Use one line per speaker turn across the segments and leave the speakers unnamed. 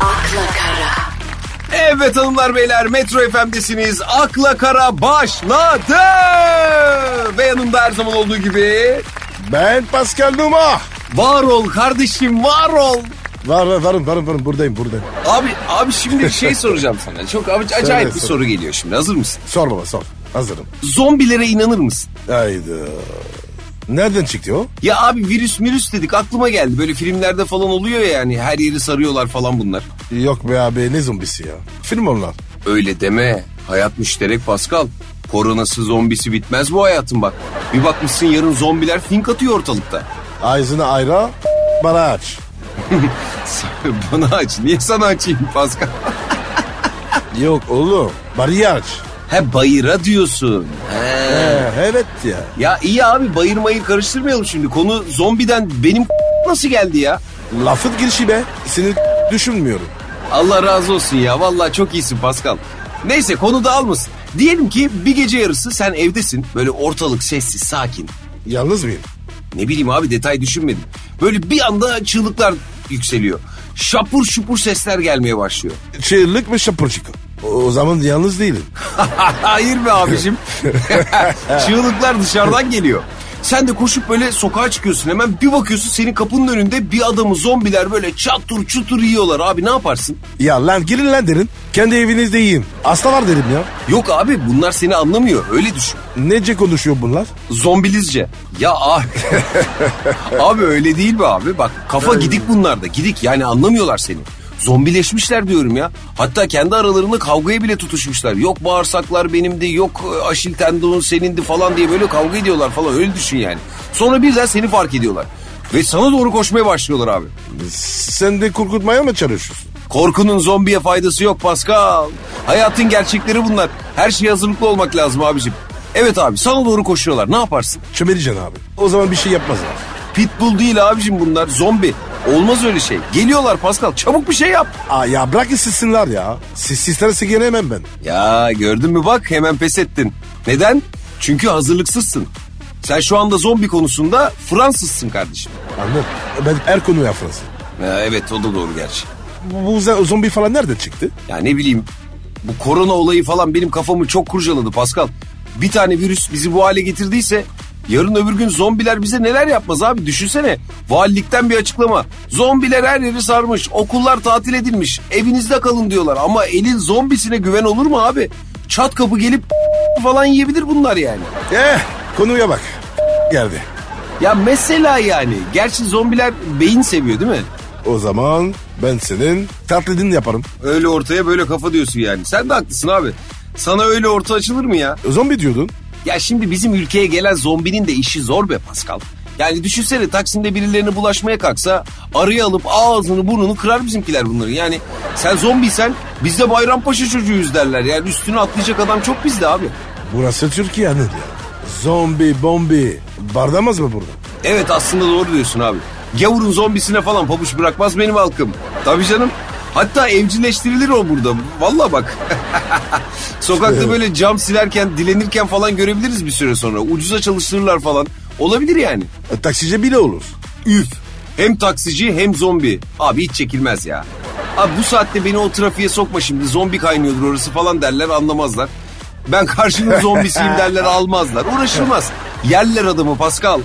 Akla kara.
Evet hanımlar beyler Metro FM'desiniz. Akla Kara başladı. Ve yanımda her zaman olduğu gibi
Ben Pascal Numa.
var ol kardeşim var ol.
Var var varım varım varım buradayım buradayım.
Abi abi şimdi bir şey soracağım sana. Çok ac- acayip bir
sor.
soru geliyor şimdi. Hazır mısın?
Sor baba sor. Hazırım.
Zombilere inanır mısın?
Haydi. Nereden çıktı o?
Ya abi virüs virüs dedik aklıma geldi. Böyle filmlerde falan oluyor ya yani her yeri sarıyorlar falan bunlar.
Yok be abi ne zombisi ya. Film onlar.
Öyle deme. Hayat müşterek Pascal. Koronası zombisi bitmez bu hayatın bak. Bir bakmışsın yarın zombiler fink atıyor ortalıkta.
Ağzını ayra bana aç.
Bana aç. Niye sana açayım Pascal?
Yok oğlum bariyer aç.
He bayıra diyorsun. He.
Ee, evet ya.
Ya iyi abi bayır mayır karıştırmayalım şimdi. Konu zombiden benim nasıl geldi ya?
Lafın girişi be. Seni düşünmüyorum.
Allah razı olsun ya. Vallahi çok iyisin Pascal. Neyse konu dağılmasın. Diyelim ki bir gece yarısı sen evdesin. Böyle ortalık sessiz, sakin.
Yalnız mıyım?
Ne bileyim abi detay düşünmedim. Böyle bir anda çığlıklar yükseliyor. Şapur şupur sesler gelmeye başlıyor.
Çığlık mı şapırçık? O, o zaman yalnız değilim.
Hayır be abicim. Çığlıklar dışarıdan geliyor. Sen de koşup böyle sokağa çıkıyorsun hemen bir bakıyorsun senin kapının önünde bir adamı zombiler böyle çatır çutur yiyorlar abi ne yaparsın?
Ya lan girin lan derim. Kendi evinizde yiyin. Hasta var derim ya.
Yok abi bunlar seni anlamıyor öyle düşün.
Nece konuşuyor bunlar?
Zombilizce. Ya abi. abi öyle değil be abi bak kafa gidik bunlarda gidik yani anlamıyorlar seni. Zombileşmişler diyorum ya. Hatta kendi aralarında kavgaya bile tutuşmuşlar. Yok bağırsaklar benimdi, yok e, aşil tendonun senindi falan diye böyle kavga ediyorlar falan öyle düşün yani. Sonra birden seni fark ediyorlar. Ve sana doğru koşmaya başlıyorlar abi.
Sen de korkutmaya mı çalışıyorsun?
Korkunun zombiye faydası yok Pascal. Hayatın gerçekleri bunlar. Her şeye hazırlıklı olmak lazım abicim. Evet abi sana doğru koşuyorlar. Ne yaparsın?
Çömeleceksin abi. O zaman bir şey yapmazlar.
Pitbull değil abicim bunlar zombi. Olmaz öyle şey. Geliyorlar Pascal çabuk bir şey yap.
Aa, ya bırak ısırsınlar ya. Siz sistere gelemem ben.
Ya gördün mü bak hemen pes ettin. Neden? Çünkü hazırlıksızsın. Sen şu anda zombi konusunda Fransızsın kardeşim.
Anladın? Ben her konuya Fransız.
Ha, evet o da doğru gerçi.
Bu, bu z- zombi falan nerede çıktı?
Ya ne bileyim bu korona olayı falan benim kafamı çok kurcaladı Pascal. Bir tane virüs bizi bu hale getirdiyse yarın öbür gün zombiler bize neler yapmaz abi düşünsene. Valilikten bir açıklama. Zombiler her yeri sarmış. Okullar tatil edilmiş. Evinizde kalın diyorlar ama elin zombisine güven olur mu abi? Çat kapı gelip falan yiyebilir bunlar yani.
Eh konuya bak. Geldi.
Ya mesela yani. Gerçi zombiler beyin seviyor değil mi?
O zaman ben senin taklidini yaparım.
Öyle ortaya böyle kafa diyorsun yani. Sen de haklısın abi. Sana öyle orta açılır mı ya?
Zombi diyordun.
Ya şimdi bizim ülkeye gelen zombinin de işi zor be Pascal. Yani düşünsene Taksim'de birilerine bulaşmaya kalksa araya alıp ağzını burnunu kırar bizimkiler bunları. Yani sen zombiysen biz de Bayrampaşa çocuğuyuz derler. Yani üstüne atlayacak adam çok bizde abi.
Burası Türkiye'nin ya. Zombi, bombi. Bardamaz mı burada?
Evet aslında doğru diyorsun abi. Gavurun zombisine falan pabuç bırakmaz benim halkım. Tabii canım. Hatta evcilleştirilir o burada. Valla bak. Sokakta böyle cam silerken, dilenirken falan görebiliriz bir süre sonra. Ucuza çalıştırırlar falan. Olabilir yani.
E, taksici bile olur.
Üf. Hem taksici hem zombi. Abi hiç çekilmez ya. Abi bu saatte beni o trafiğe sokma şimdi. Zombi kaynıyordur orası falan derler anlamazlar. Ben karşının zombisiyim derler almazlar. Uğraşılmaz. Yerler adamı Pascal.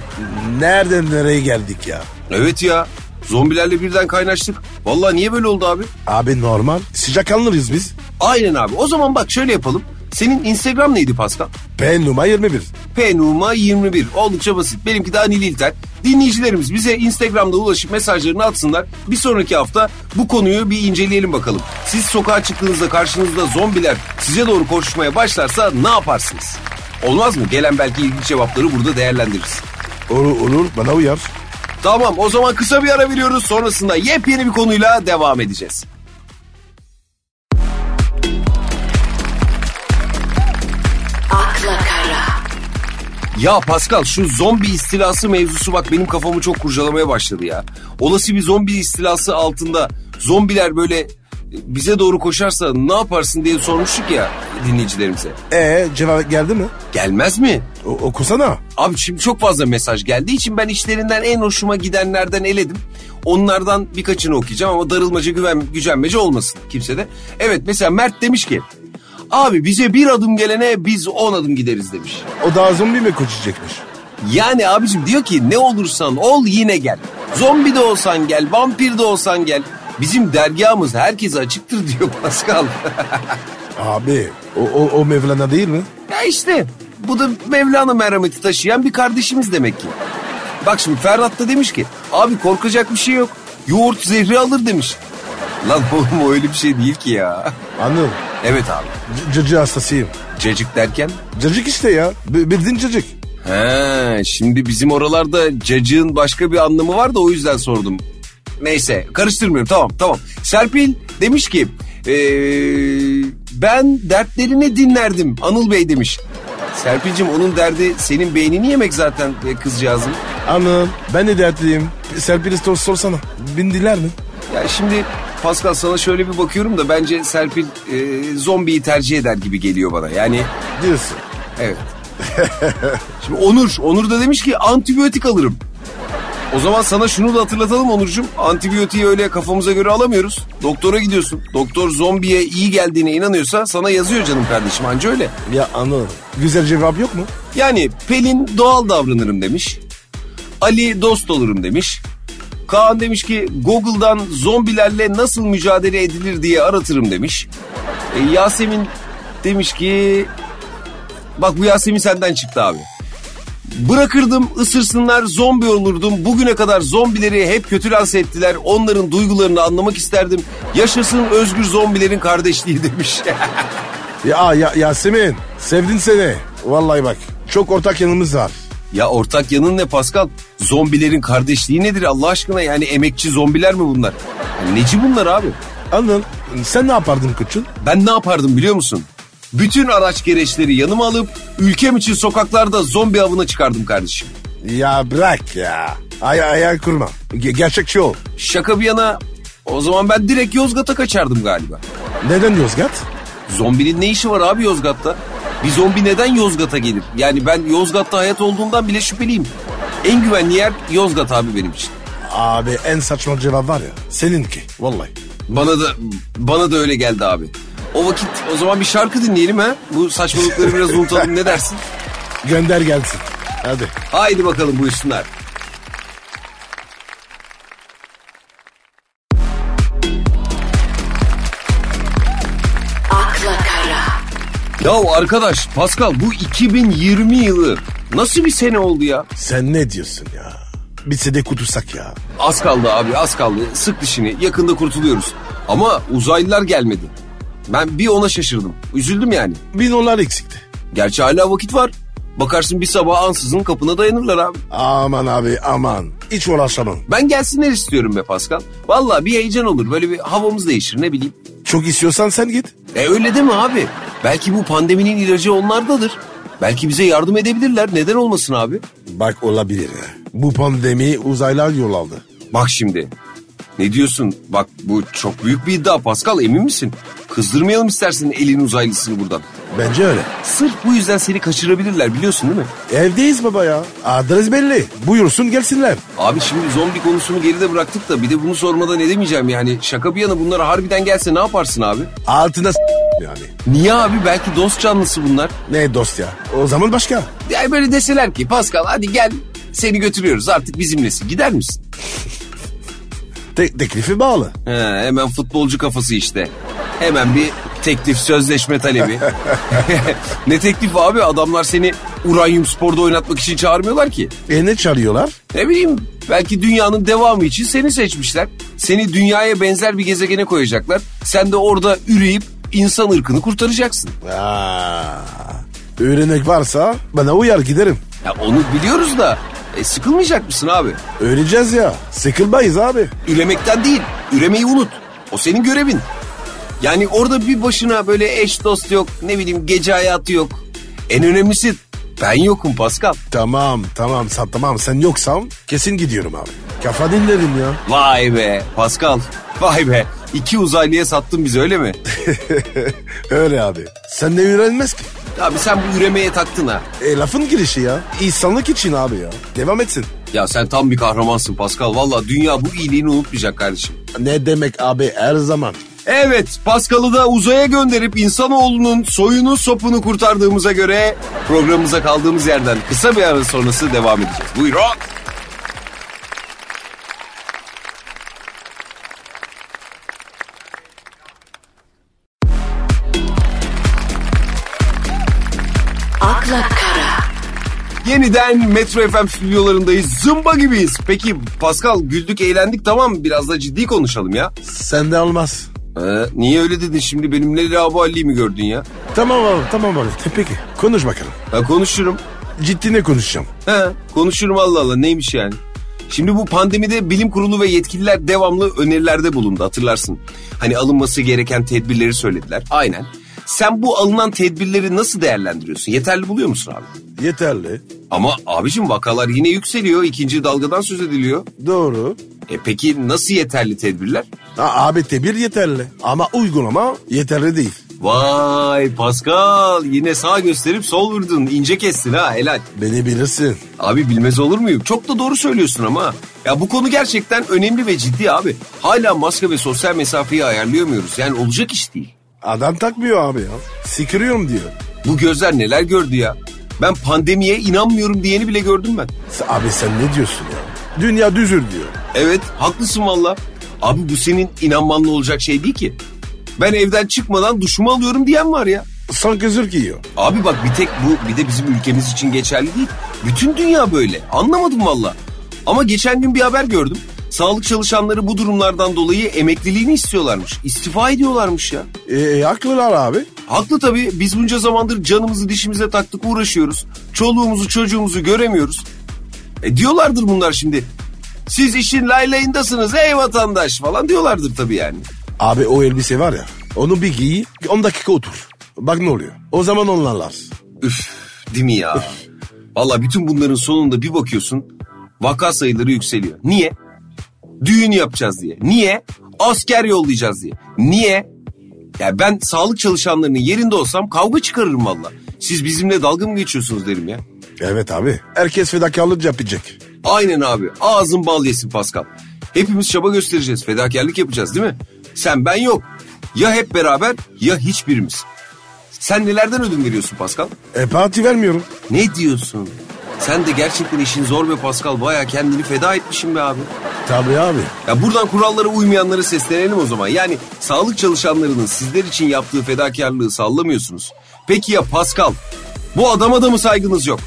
Nereden nereye geldik ya?
Evet ya. Zombilerle birden kaynaştık. Vallahi niye böyle oldu abi?
Abi normal. Sıcak anlarız biz.
Aynen abi. O zaman bak şöyle yapalım. Senin Instagram neydi Pascal?
Ben Numa 21.
Penuma 21. Oldukça basit. Benimki de Anil İlter. Dinleyicilerimiz bize Instagram'da ulaşıp mesajlarını atsınlar. Bir sonraki hafta bu konuyu bir inceleyelim bakalım. Siz sokağa çıktığınızda karşınızda zombiler size doğru koşmaya başlarsa ne yaparsınız? Olmaz mı? Gelen belki ilginç cevapları burada değerlendiririz.
Olur, olur bana uyar.
Tamam o zaman kısa bir ara veriyoruz. Sonrasında yepyeni bir konuyla devam edeceğiz.
Akla kara.
Ya Pascal şu zombi istilası mevzusu bak benim kafamı çok kurcalamaya başladı ya. Olası bir zombi istilası altında zombiler böyle e, bize doğru koşarsa ne yaparsın diye sormuştuk ya dinleyicilerimize.
Ee cevap geldi mi?
Gelmez mi?
O, okusana.
Abi şimdi çok fazla mesaj geldiği için ben işlerinden en hoşuma gidenlerden eledim. Onlardan birkaçını okuyacağım ama darılmaca güven, gücenmece olmasın kimse de. Evet mesela Mert demiş ki abi bize bir adım gelene biz on adım gideriz demiş.
O daha zombi mi koşacakmış?
Yani abicim diyor ki ne olursan ol yine gel. Zombi de olsan gel, vampir de olsan gel. Bizim dergahımız herkese açıktır diyor Pascal.
Abi o, o, o Mevlana değil mi?
ya işte bu da Mevlana merhameti taşıyan bir kardeşimiz demek ki. Bak şimdi Ferhat da demiş ki abi korkacak bir şey yok. Yoğurt zehri alır demiş. Lan oğlum o öyle bir şey değil ki ya.
Anıl
Evet abi.
c- cacı hastasıyım.
Cacık derken?
Cacık işte ya b- bildiğin cacık.
He, şimdi bizim oralarda cacığın başka bir anlamı var da o yüzden sordum. Neyse karıştırmıyorum tamam tamam. Serpil demiş ki ee, ben dertlerini dinlerdim Anıl Bey demiş. Serpil'cim onun derdi senin beynini yemek zaten e, kızcağızın.
Anıl ben de dertliyim. Serpil'i sor, sorsana. Bindiler mi?
Ya şimdi Pascal sana şöyle bir bakıyorum da bence Serpil e, zombiyi tercih eder gibi geliyor bana. Yani
Diyorsun.
Evet. Şimdi Onur, Onur da demiş ki antibiyotik alırım. O zaman sana şunu da hatırlatalım Onurcuğum. Antibiyotiği öyle kafamıza göre alamıyoruz. Doktora gidiyorsun. Doktor zombiye iyi geldiğine inanıyorsa sana yazıyor canım kardeşim anca öyle.
Ya Anıl güzel cevap yok mu?
Yani Pelin doğal davranırım demiş. Ali dost olurum demiş. Kaan demiş ki Google'dan zombilerle nasıl mücadele edilir diye aratırım demiş. E, Yasemin demiş ki bak bu Yasemin senden çıktı abi. Bırakırdım ısırsınlar zombi olurdum. Bugüne kadar zombileri hep kötü lanse ettiler. Onların duygularını anlamak isterdim. Yaşasın özgür zombilerin kardeşliği demiş.
Ya, ya Yasemin sevdin seni. Vallahi bak çok ortak yanımız var.
Ya ortak yanın ne Pascal? Zombilerin kardeşliği nedir Allah aşkına? Yani emekçi zombiler mi bunlar? Ya Neci bunlar abi?
Anıl sen ne yapardın koçum?
Ben ne yapardım biliyor musun? Bütün araç gereçleri yanıma alıp ülkem için sokaklarda zombi avına çıkardım kardeşim.
Ya bırak ya. Ay ayar kurma. Ge- gerçekçi ol.
Şaka bir yana o zaman ben direkt Yozgat'a kaçardım galiba.
Neden Yozgat?
Zombinin ne işi var abi Yozgat'ta? Bir zombi neden Yozgat'a gelir? Yani ben Yozgat'ta hayat olduğumdan bile şüpheliyim. En güvenli yer Yozgat abi benim için.
Abi en saçma cevap var ya. Seninki. Vallahi.
Bana da bana da öyle geldi abi. O vakit o zaman bir şarkı dinleyelim ha. Bu saçmalıkları biraz unutalım ne dersin?
Gönder gelsin. Hadi.
Haydi bakalım buyursunlar.
akla kara,
Ya arkadaş Pascal bu 2020 yılı nasıl bir sene oldu ya?
Sen ne diyorsun ya? Bitse de kutursak ya.
Az kaldı abi az kaldı. Sık dişini yakında kurtuluyoruz. Ama uzaylılar gelmedi. Ben bir ona şaşırdım. Üzüldüm yani.
Bin onlar eksikti.
Gerçi hala vakit var. Bakarsın bir sabah ansızın kapına dayanırlar abi.
Aman abi aman. Hiç uğraşamam.
Ben gelsinler istiyorum be Pascal. Vallahi bir heyecan olur. Böyle bir havamız değişir ne bileyim.
Çok istiyorsan sen git.
E öyle deme abi. Belki bu pandeminin ilacı onlardadır. Belki bize yardım edebilirler. Neden olmasın abi?
Bak olabilir ya. Bu pandemi uzaylar yol aldı.
Bak şimdi. Ne diyorsun? Bak bu çok büyük bir iddia Pascal emin misin? Kızdırmayalım istersen elin uzaylısını buradan.
Bence öyle.
Sırf bu yüzden seni kaçırabilirler biliyorsun değil mi?
Evdeyiz baba ya. Adres belli. Buyursun gelsinler.
Abi şimdi zombi konusunu geride bıraktık da bir de bunu sormadan edemeyeceğim yani. Şaka bir yana bunlar harbiden gelse ne yaparsın abi?
Altına s- yani.
Niye abi? Belki dost canlısı bunlar.
Ne dost ya. O zaman başka.
Yani böyle deseler ki Pascal hadi gel seni götürüyoruz artık bizimlesin. Gider misin?
Te- teklifi bağlı.
He, hemen futbolcu kafası işte. Hemen bir teklif sözleşme talebi. ne teklif abi adamlar seni Uranyum Spor'da oynatmak için çağırmıyorlar ki.
E ne çağırıyorlar?
Ne bileyim belki dünyanın devamı için seni seçmişler. Seni dünyaya benzer bir gezegene koyacaklar. Sen de orada üreyip insan ırkını kurtaracaksın.
Aa, öğrenek varsa bana uyar giderim.
Ya onu biliyoruz da e, sıkılmayacak mısın abi?
Öleceğiz ya. Sıkılmayız abi.
Üremekten değil, üremeyi unut. O senin görevin. Yani orada bir başına böyle eş dost yok, ne bileyim gece hayatı yok. En önemlisi ben yokum Pascal.
Tamam tamam sa- tamam sen yoksan kesin gidiyorum abi. Kafa dinlerim ya.
Vay be Pascal. Vay be. İki uzaylıya sattın bizi öyle mi?
Öyle abi. Sen de öğrenmez ki.
Abi sen bu üremeye taktın ha.
E lafın girişi ya. İnsanlık için abi ya. Devam etsin.
Ya sen tam bir kahramansın Pascal. Valla dünya bu iyiliğini unutmayacak kardeşim.
Ne demek abi her zaman.
Evet Pascal'ı da uzaya gönderip insanoğlunun soyunu sopunu kurtardığımıza göre programımıza kaldığımız yerden kısa bir ara sonrası devam edeceğiz. Buyurun.
akla kara,
Yeniden Metro FM stüdyolarındayız. Zımba gibiyiz. Peki Pascal güldük eğlendik tamam biraz da ciddi konuşalım ya.
Sende olmaz.
Ee, niye öyle dedin şimdi benimle Rabu Ali'yi mi gördün ya?
Tamam abi tamam abi. Te- Peki konuş bakalım.
Ha, konuşurum.
Ciddi ne konuşacağım?
He, konuşurum Allah Allah neymiş yani. Şimdi bu pandemide bilim kurulu ve yetkililer devamlı önerilerde bulundu hatırlarsın. Hani alınması gereken tedbirleri söylediler. Aynen. Sen bu alınan tedbirleri nasıl değerlendiriyorsun? Yeterli buluyor musun abi?
Yeterli.
Ama abicim vakalar yine yükseliyor. ikinci dalgadan söz ediliyor.
Doğru.
E peki nasıl yeterli tedbirler?
Ha, abi tebir yeterli. Ama uygulama yeterli değil.
Vay Pascal yine sağ gösterip sol vurdun. ince kestin ha helal.
Beni bilirsin.
Abi bilmez olur muyum? Çok da doğru söylüyorsun ama. Ya bu konu gerçekten önemli ve ciddi abi. Hala maske ve sosyal mesafeyi ayarlayamıyoruz. Yani olacak iş değil.
Adam takmıyor abi ya. Sikiriyorum diyor.
Bu gözler neler gördü ya. Ben pandemiye inanmıyorum diyeni bile gördüm ben.
S- Abi sen ne diyorsun ya? Dünya düzür diyor.
Evet haklısın valla. Abi bu senin inanmanla olacak şey değil ki. Ben evden çıkmadan duşumu alıyorum diyen var ya.
Sanki zırk yiyor.
Abi bak bir tek bu bir de bizim ülkemiz için geçerli değil. Bütün dünya böyle. Anlamadım valla. Ama geçen gün bir haber gördüm. Sağlık çalışanları bu durumlardan dolayı emekliliğini istiyorlarmış. İstifa ediyorlarmış ya.
E, e, haklılar abi.
Haklı tabii biz bunca zamandır canımızı dişimize taktık uğraşıyoruz. Çoluğumuzu çocuğumuzu göremiyoruz. E diyorlardır bunlar şimdi. Siz işin laylayındasınız ey vatandaş falan diyorlardır tabii yani.
Abi o elbise var ya. Onu bir giy. 10 dakika otur. Bak ne oluyor. O zaman onlarlar.
Üf değil mi ya? Valla bütün bunların sonunda bir bakıyorsun vaka sayıları yükseliyor. Niye? Düğün yapacağız diye. Niye? Asker yollayacağız diye. Niye? Ya ben sağlık çalışanlarının yerinde olsam kavga çıkarırım valla. Siz bizimle dalga mı geçiyorsunuz derim ya.
Evet abi. Herkes fedakarlık yapacak.
Aynen abi ağzın bal yesin Pascal. Hepimiz çaba göstereceğiz fedakarlık yapacağız değil mi? Sen ben yok. Ya hep beraber ya hiçbirimiz. Sen nelerden ödün veriyorsun Pascal?
E parti vermiyorum.
Ne diyorsun? Sen de gerçekten işin zor be Pascal. Baya kendini feda etmişim be abi.
Tabii abi.
Ya buradan kurallara uymayanlara seslenelim o zaman. Yani sağlık çalışanlarının sizler için yaptığı fedakarlığı sallamıyorsunuz. Peki ya Pascal? Bu adama da mı saygınız yok?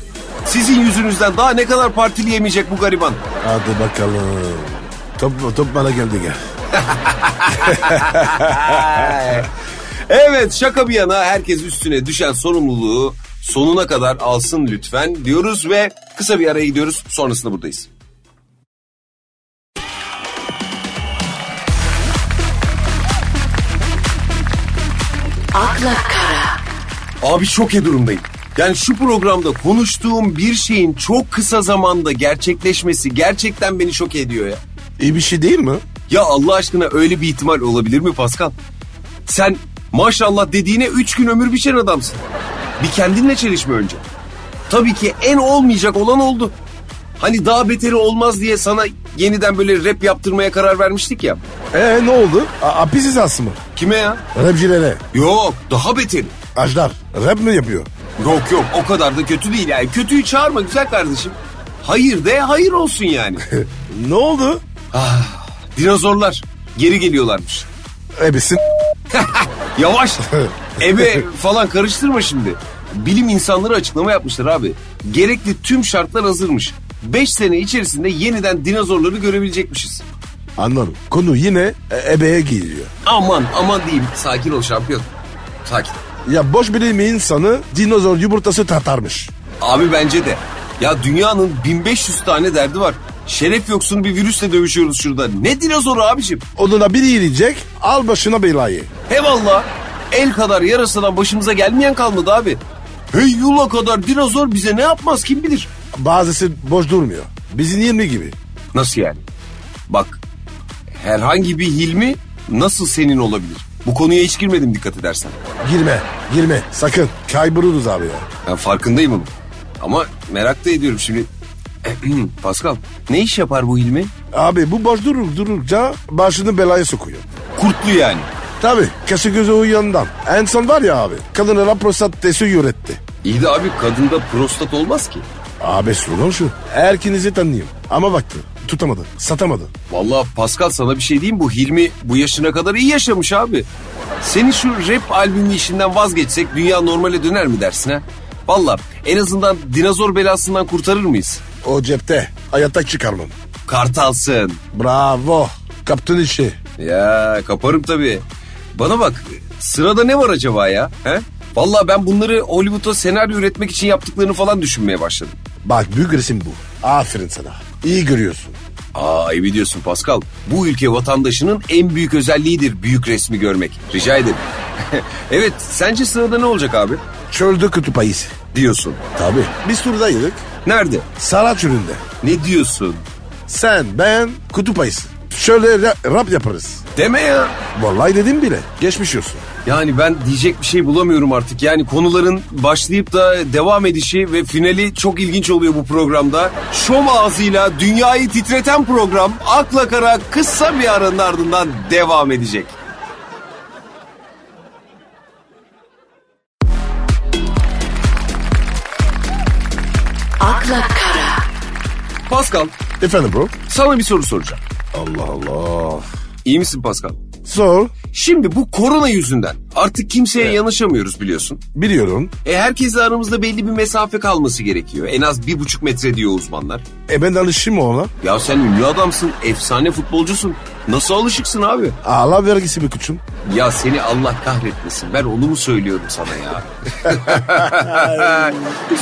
Sizin yüzünüzden daha ne kadar partili yemeyecek bu gariban?
Hadi bakalım. Top, top bana geldi gel.
Evet şaka bir yana herkes üstüne düşen sorumluluğu sonuna kadar alsın lütfen diyoruz ve kısa bir araya gidiyoruz. Sonrasında buradayız.
akla kara,
Abi şoke durumdayım. Yani şu programda konuştuğum bir şeyin çok kısa zamanda gerçekleşmesi gerçekten beni şok ediyor ya.
İyi bir şey değil mi?
Ya Allah aşkına öyle bir ihtimal olabilir mi Pascal? Sen maşallah dediğine üç gün ömür biçen adamsın. Bir kendinle çelişme önce. Tabii ki en olmayacak olan oldu. Hani daha beteri olmaz diye sana yeniden böyle rap yaptırmaya karar vermiştik ya.
E ne oldu? A- hapis cezası mı?
Kime ya?
Rapçilere.
Yok daha beteri.
Ajdar. Rap mi yapıyor?
Yok yok o kadar da kötü değil yani. Kötüyü çağırma güzel kardeşim. Hayır de hayır olsun yani.
Ne oldu?
Dinozorlar geri geliyorlarmış.
Ebesin.
Yavaş. Ebe falan karıştırma şimdi. Bilim insanları açıklama yapmışlar abi. Gerekli tüm şartlar hazırmış. 5 sene içerisinde yeniden dinozorları görebilecekmişiz.
Anladım. Konu yine e- ebeye giriyor.
Aman aman diyeyim. Sakin ol şampiyon. Sakin.
Ya boş bilim insanı dinozor yumurtası tatarmış.
Abi bence de. Ya dünyanın 1500 tane derdi var. Şeref yoksun bir virüsle dövüşüyoruz şurada. Ne dinozoru abicim?
Onuna biri yiyecek al başına belayı.
He valla el kadar yarasadan başımıza gelmeyen kalmadı abi. Hey yula kadar dinozor bize ne yapmaz kim bilir.
Bazısı boş durmuyor. Bizim 20 gibi.
Nasıl yani? Bak herhangi bir Hilmi nasıl senin olabilir? Bu konuya hiç girmedim dikkat edersen.
Girme, girme. Sakın. Kayboluruz abi ya.
Ben farkındayım onun. Ama merak da ediyorum şimdi. Pascal ne iş yapar bu Hilmi?
Abi bu boş durur dururca başını belaya sokuyor.
Kurtlu yani.
Tabi kaşı gözü uyuyandan. En son var ya abi kadınlara prostat testi üretti.
İyi de abi kadında prostat olmaz ki.
Abi sorun şu. Erkinizi tanıyayım. Ama baktı tutamadı satamadı.
Vallahi Pascal sana bir şey diyeyim bu Hilmi bu yaşına kadar iyi yaşamış abi. Senin şu rap albümü işinden vazgeçsek dünya normale döner mi dersin ha? Valla en azından dinozor belasından kurtarır mıyız?
O cepte hayatta çıkarmam.
Kartalsın.
Bravo. Kaptın işi.
Ya kaparım tabii. Bana bak sırada ne var acaba ya? He? Valla ben bunları Hollywood'a senaryo üretmek için yaptıklarını falan düşünmeye başladım.
Bak büyük resim bu. Aferin sana. İyi görüyorsun.
Aa iyi biliyorsun Pascal. Bu ülke vatandaşının en büyük özelliğidir büyük resmi görmek. Rica ederim. evet sence sırada ne olacak abi?
Çölde kutup ayısı.
Diyorsun.
Tabi. Biz turdaydık.
Nerede?
Sarat üründe.
Ne diyorsun?
Sen, ben, kutup ayısı. Şöyle ra- rap yaparız.
Deme ya.
Vallahi dedim bile. Geçmiş olsun.
Yani ben diyecek bir şey bulamıyorum artık. Yani konuların başlayıp da devam edişi ve finali çok ilginç oluyor bu programda. Şom ağzıyla dünyayı titreten program akla kara kısa bir aranın ardından devam edecek.
akla kara,
Pascal
Efendim bro.
sana bir soru soracağım.
Allah Allah.
İyi misin Pascal?
Sor.
Şimdi bu korona yüzünden artık kimseye yanaşamıyoruz biliyorsun.
Biliyorum.
E herkesle aramızda belli bir mesafe kalması gerekiyor. En az bir buçuk metre diyor uzmanlar.
E ben de alışayım mı ona.
Ya sen ünlü adamsın, efsane futbolcusun. Nasıl alışıksın abi?
Allah vergisi bir küçüm.
Ya seni Allah kahretmesin. Ben onu mu söylüyorum sana ya?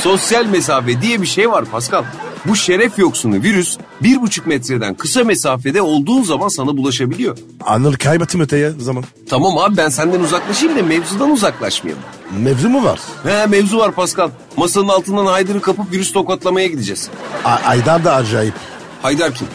Sosyal mesafe diye bir şey var Pascal. Bu şeref yoksunu virüs bir buçuk metreden kısa mesafede olduğun zaman sana bulaşabiliyor.
Anıl kaybettim öteye zaman.
Tamam abi ben senden uzaklaşayım da mevzudan uzaklaşmayalım.
Mevzu mu var?
He mevzu var Pascal. Masanın altından Haydar'ı kapıp virüs tokatlamaya gideceğiz.
A- Aydar da acayip.
Haydar kim?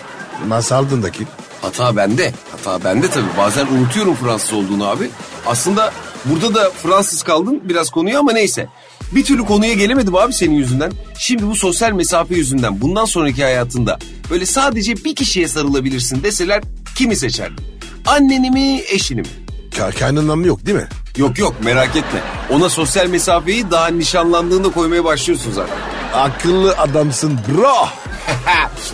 Masaldındaki.
Hata bende. Hata bende tabii. Bazen unutuyorum Fransız olduğunu abi. Aslında burada da Fransız kaldın biraz konuya ama neyse. Bir türlü konuya gelemedim abi senin yüzünden. Şimdi bu sosyal mesafe yüzünden bundan sonraki hayatında böyle sadece bir kişiye sarılabilirsin deseler kimi seçerdin? Anneni mi eşini mi?
Ka- kaynından mı yok değil mi?
Yok yok merak etme. Ona sosyal mesafeyi daha nişanlandığında koymaya başlıyorsun zaten.
Akıllı adamsın bro.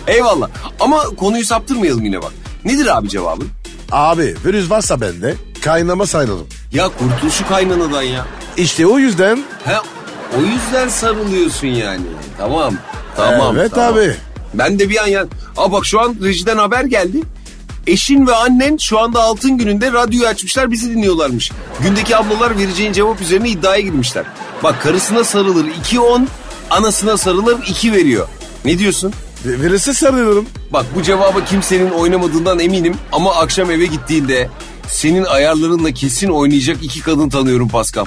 Eyvallah. Ama konuyu saptırmayalım yine bak. Nedir abi cevabın?
Abi virüs varsa bende kaynama sayılırım.
Ya kurtuluşu kaynanadan ya.
İşte o yüzden
He, o yüzden sarılıyorsun yani. Tamam. Tamam.
Evet
tamam.
abi.
Ben de bir an yan... Aa bak şu an rejiden haber geldi. Eşin ve annen şu anda altın gününde radyoyu açmışlar bizi dinliyorlarmış. Gündeki ablalar vereceğin cevap üzerine iddiaya girmişler. Bak karısına sarılır 2.10, anasına sarılır 2 veriyor. Ne diyorsun?
vi- virüse sarılırım.
Bak bu cevaba kimsenin oynamadığından eminim ama akşam eve gittiğinde senin ayarlarınla kesin oynayacak iki kadın tanıyorum Pascal.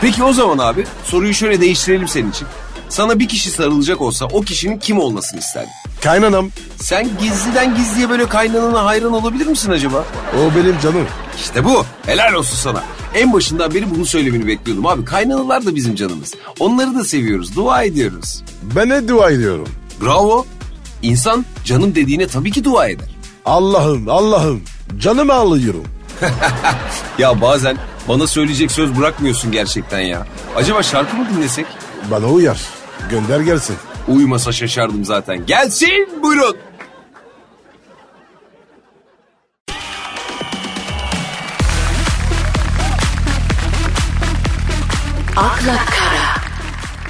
Peki o zaman abi soruyu şöyle değiştirelim senin için. Sana bir kişi sarılacak olsa o kişinin kim olmasını isterdin?
Kaynanam.
Sen gizliden gizliye böyle kaynanana hayran olabilir misin acaba?
O benim canım.
İşte bu. Helal olsun sana. En başından beri bunu söylemeni bekliyordum abi. Kaynanalar da bizim canımız. Onları da seviyoruz. Dua ediyoruz.
Ben ne dua ediyorum.
Bravo. İnsan canım dediğine tabii ki dua eder.
Allah'ım Allah'ım canımı alıyorum.
Ya bazen bana söyleyecek söz bırakmıyorsun gerçekten ya. Acaba şarkı mı dinlesek?
Bana uyar. Gönder gelsin.
Uyumasa şaşardım zaten. Gelsin buyurun.
akla kara,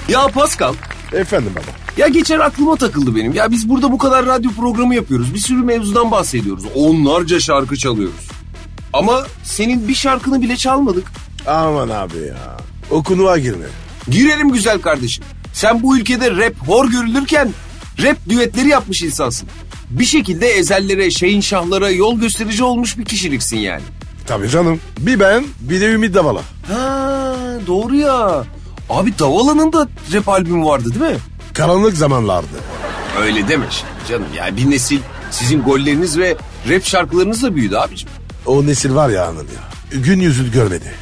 Ya Pascal
Efendim baba.
ya geçen aklıma takıldı benim. Ya biz burada bu kadar radyo programı yapıyoruz. Bir sürü mevzudan bahsediyoruz. Onlarca şarkı çalıyoruz. Ama senin bir şarkını bile çalmadık.
Aman abi ya. O konuğa girme.
Girelim güzel kardeşim. Sen bu ülkede rap hor görülürken rap düetleri yapmış insansın. Bir şekilde ezellere, şeyin şahlara yol gösterici olmuş bir kişiliksin yani.
Tabii canım. Bir ben bir de Ümit Davala.
Ha doğru ya. Abi Davala'nın da rap albümü vardı değil mi?
Karanlık zamanlardı.
Öyle deme şimdi canım ya bir nesil Sizin golleriniz ve rap şarkılarınız da büyüdü abicim.
O nesil var ya anım ya. Gün yüzü görmedi.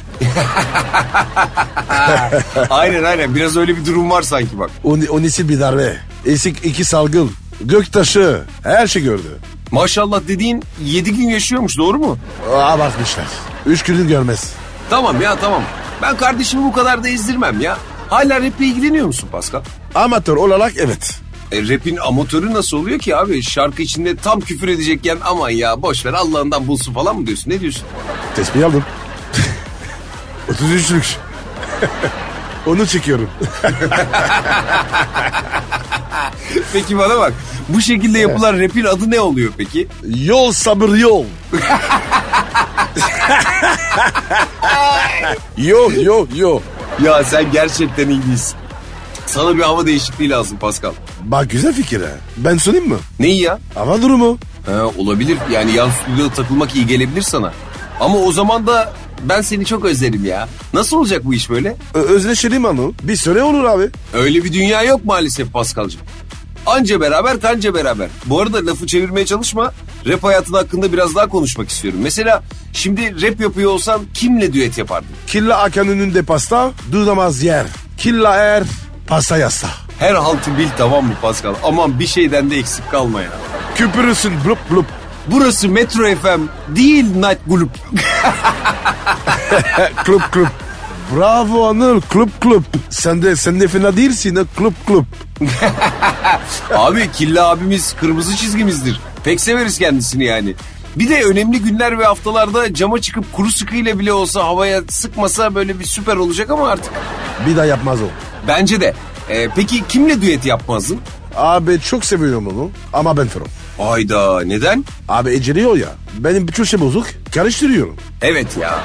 aynen aynen biraz öyle bir durum var sanki bak.
O, ne- o nesil bir darbe. Esik iki salgın. Göktaşı. Her şey gördü.
Maşallah dediğin 7 gün yaşıyormuş doğru mu?
Abartmışlar. Üç günü görmez.
Tamam ya tamam. Ben kardeşimi bu kadar da ezdirmem ya. Hala raple ilgileniyor musun Pascal?
Amatör olarak evet.
E, rap'in amatörü nasıl oluyor ki abi? Şarkı içinde tam küfür edecekken aman ya boş ver Allah'ından bulsun falan mı diyorsun? Ne diyorsun?
Tespih aldım. 33'lük. Onu çekiyorum.
Peki bana bak. Bu şekilde yapılan rap'in adı ne oluyor peki?
Yol sabır yol. yok yok yok.
Ya sen gerçekten iyi değilsin. Sana bir hava değişikliği lazım Pascal.
Bak güzel fikir ha. Ben sunayım mı?
Neyi ya?
Hava durumu.
Ha, olabilir. Yani yan stüdyoda takılmak iyi gelebilir sana. Ama o zaman da ben seni çok özlerim ya. Nasıl olacak bu iş böyle?
Ö- Özleşelim anı. Bir süre olur abi.
Öyle bir dünya yok maalesef Paskal'cığım. Anca beraber kanca beraber. Bu arada lafı çevirmeye çalışma. Rap hayatın hakkında biraz daha konuşmak istiyorum. Mesela şimdi rap yapıyor olsan kimle düet yapardın?
Killa akan önünde pasta, dudamaz yer. Killa er, pasta yasta.
Her haltı bil tamam mı Paskal? Aman bir şeyden de eksik kalma ya.
Küpürüsün blup blup.
Burası Metro FM değil Night Group.
e, Klup klup. Bravo Anıl klup klup. Sen de, sen de fena değilsin ha klup klup.
Abi Killa abimiz kırmızı çizgimizdir. Pek severiz kendisini yani. Bir de önemli günler ve haftalarda cama çıkıp kuru sıkıyla bile olsa havaya sıkmasa böyle bir süper olacak ama artık.
Bir daha yapmaz o.
Bence de. Ee, peki kimle düet yapmazdın?
Abi çok seviyorum onu ama ben Ferro.
Hayda neden?
Abi eceliyor ya. Benim bütün şey bozuk. Karıştırıyorum.
Evet ya.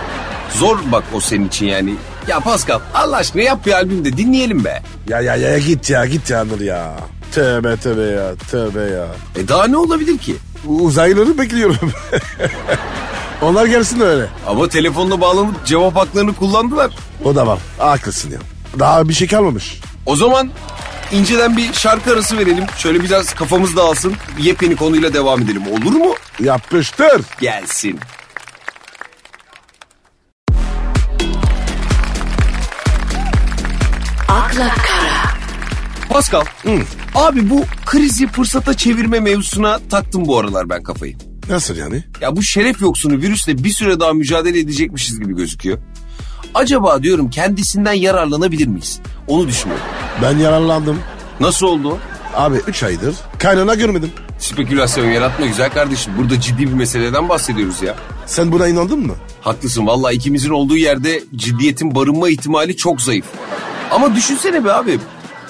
Zor bak o senin için yani. Ya Pascal Allah aşkına yap bir albüm de dinleyelim be.
Ya ya ya git ya git ya Anıl ya. Tövbe tövbe ya tövbe ya.
E daha ne olabilir ki?
Uzaylıları bekliyorum. Onlar gelsin öyle.
Ama telefonla bağlanıp cevap haklarını kullandılar.
O da var. Haklısın ya. Daha bir şey kalmamış.
O zaman inceden bir şarkı arası verelim. Şöyle biraz kafamız dağılsın. Yepyeni konuyla devam edelim. Olur mu?
Yapıştır.
Gelsin.
akla kara,
Pascal. Abi bu krizi fırsata çevirme mevzusuna taktım bu aralar ben kafayı.
Nasıl yani?
Ya bu şeref yoksunu virüsle bir süre daha mücadele edecekmişiz gibi gözüküyor. Acaba diyorum kendisinden yararlanabilir miyiz? Onu düşünüyorum.
Ben yararlandım.
Nasıl oldu?
Abi 3 aydır kaynana görmedim.
Spekülasyon yaratma güzel kardeşim. Burada ciddi bir meseleden bahsediyoruz ya.
Sen buna inandın mı?
Haklısın valla ikimizin olduğu yerde ciddiyetin barınma ihtimali çok zayıf. Ama düşünsene be abi.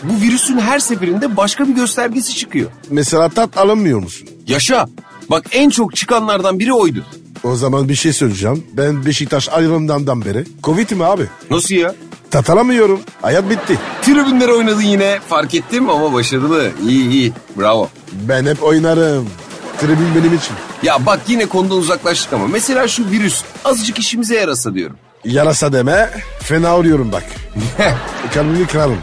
Bu virüsün her seferinde başka bir göstergesi çıkıyor.
Mesela tat alınmıyor musun?
Yaşa. Bak en çok çıkanlardan biri oydu.
O zaman bir şey söyleyeceğim. Ben Beşiktaş ayrımdan beri. Covid'im abi.
Nasıl ya?
Tat alamıyorum. Hayat bitti.
Tribünlere oynadın yine fark ettim ama başarılı. İyi iyi bravo.
Ben hep oynarım. Tribün benim için.
Ya bak yine konudan uzaklaştık ama mesela şu virüs azıcık işimize yarasa diyorum.
Yarasa deme. Fena oluyorum bak. Kalbimi kırarım.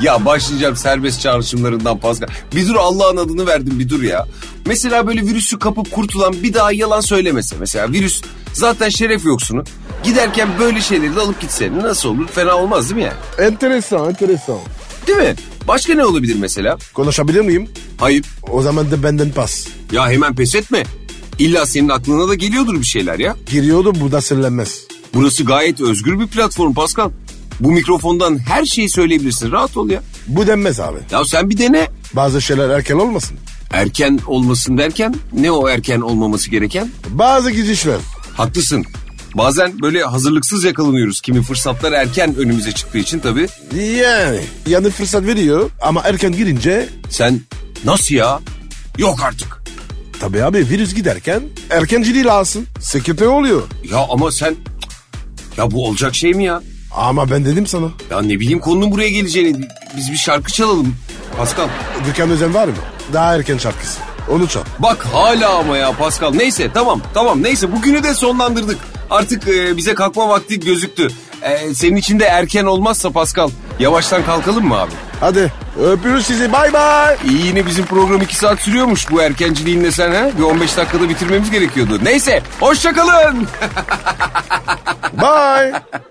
Ya başlayacağım serbest çağrışımlarından Pascal. Bir dur Allah'ın adını verdim bir dur ya. Mesela böyle virüsü kapıp kurtulan bir daha yalan söylemese. Mesela virüs zaten şeref yoksunu. Giderken böyle şeyleri de alıp gitse nasıl olur fena olmaz değil mi yani?
Enteresan, enteresan.
Değil mi? Başka ne olabilir mesela?
Konuşabilir miyim?
Hayır.
O zaman da benden pas.
Ya hemen pes etme. İlla senin aklına da geliyordur bir şeyler ya.
Giriyordu bu da söylenmez.
Burası gayet özgür bir platform Pascal. Bu mikrofondan her şeyi söyleyebilirsin. Rahat ol ya.
Bu denmez abi.
Ya sen bir dene.
Bazı şeyler erken olmasın.
Erken olmasın derken ne o erken olmaması gereken?
Bazı gidişler.
Haklısın. Bazen böyle hazırlıksız yakalanıyoruz. Kimi fırsatlar erken önümüze çıktığı için tabii.
Yani. Yani fırsat veriyor ama erken girince
Sen nasıl ya? Yok artık.
tabii abi virüs giderken erkenciliği lazım. Sekreter oluyor.
Ya ama sen... Ya bu olacak şey mi ya?
Ama ben dedim sana.
Ya ne bileyim konunun buraya geleceğini. Biz bir şarkı çalalım. Pascal.
Dükkan özen var mı? Daha erken şarkısı. Onu çal.
Bak hala ama ya Pascal. Neyse tamam tamam neyse bugünü de sonlandırdık. Artık e, bize kalkma vakti gözüktü. E, senin için de erken olmazsa Pascal yavaştan kalkalım mı abi?
Hadi öpüyoruz sizi bay bay.
İyi yine bizim program 2 saat sürüyormuş bu erkenciliğinle sen ha. Bir 15 dakikada bitirmemiz gerekiyordu. Neyse hoşçakalın.
Bye.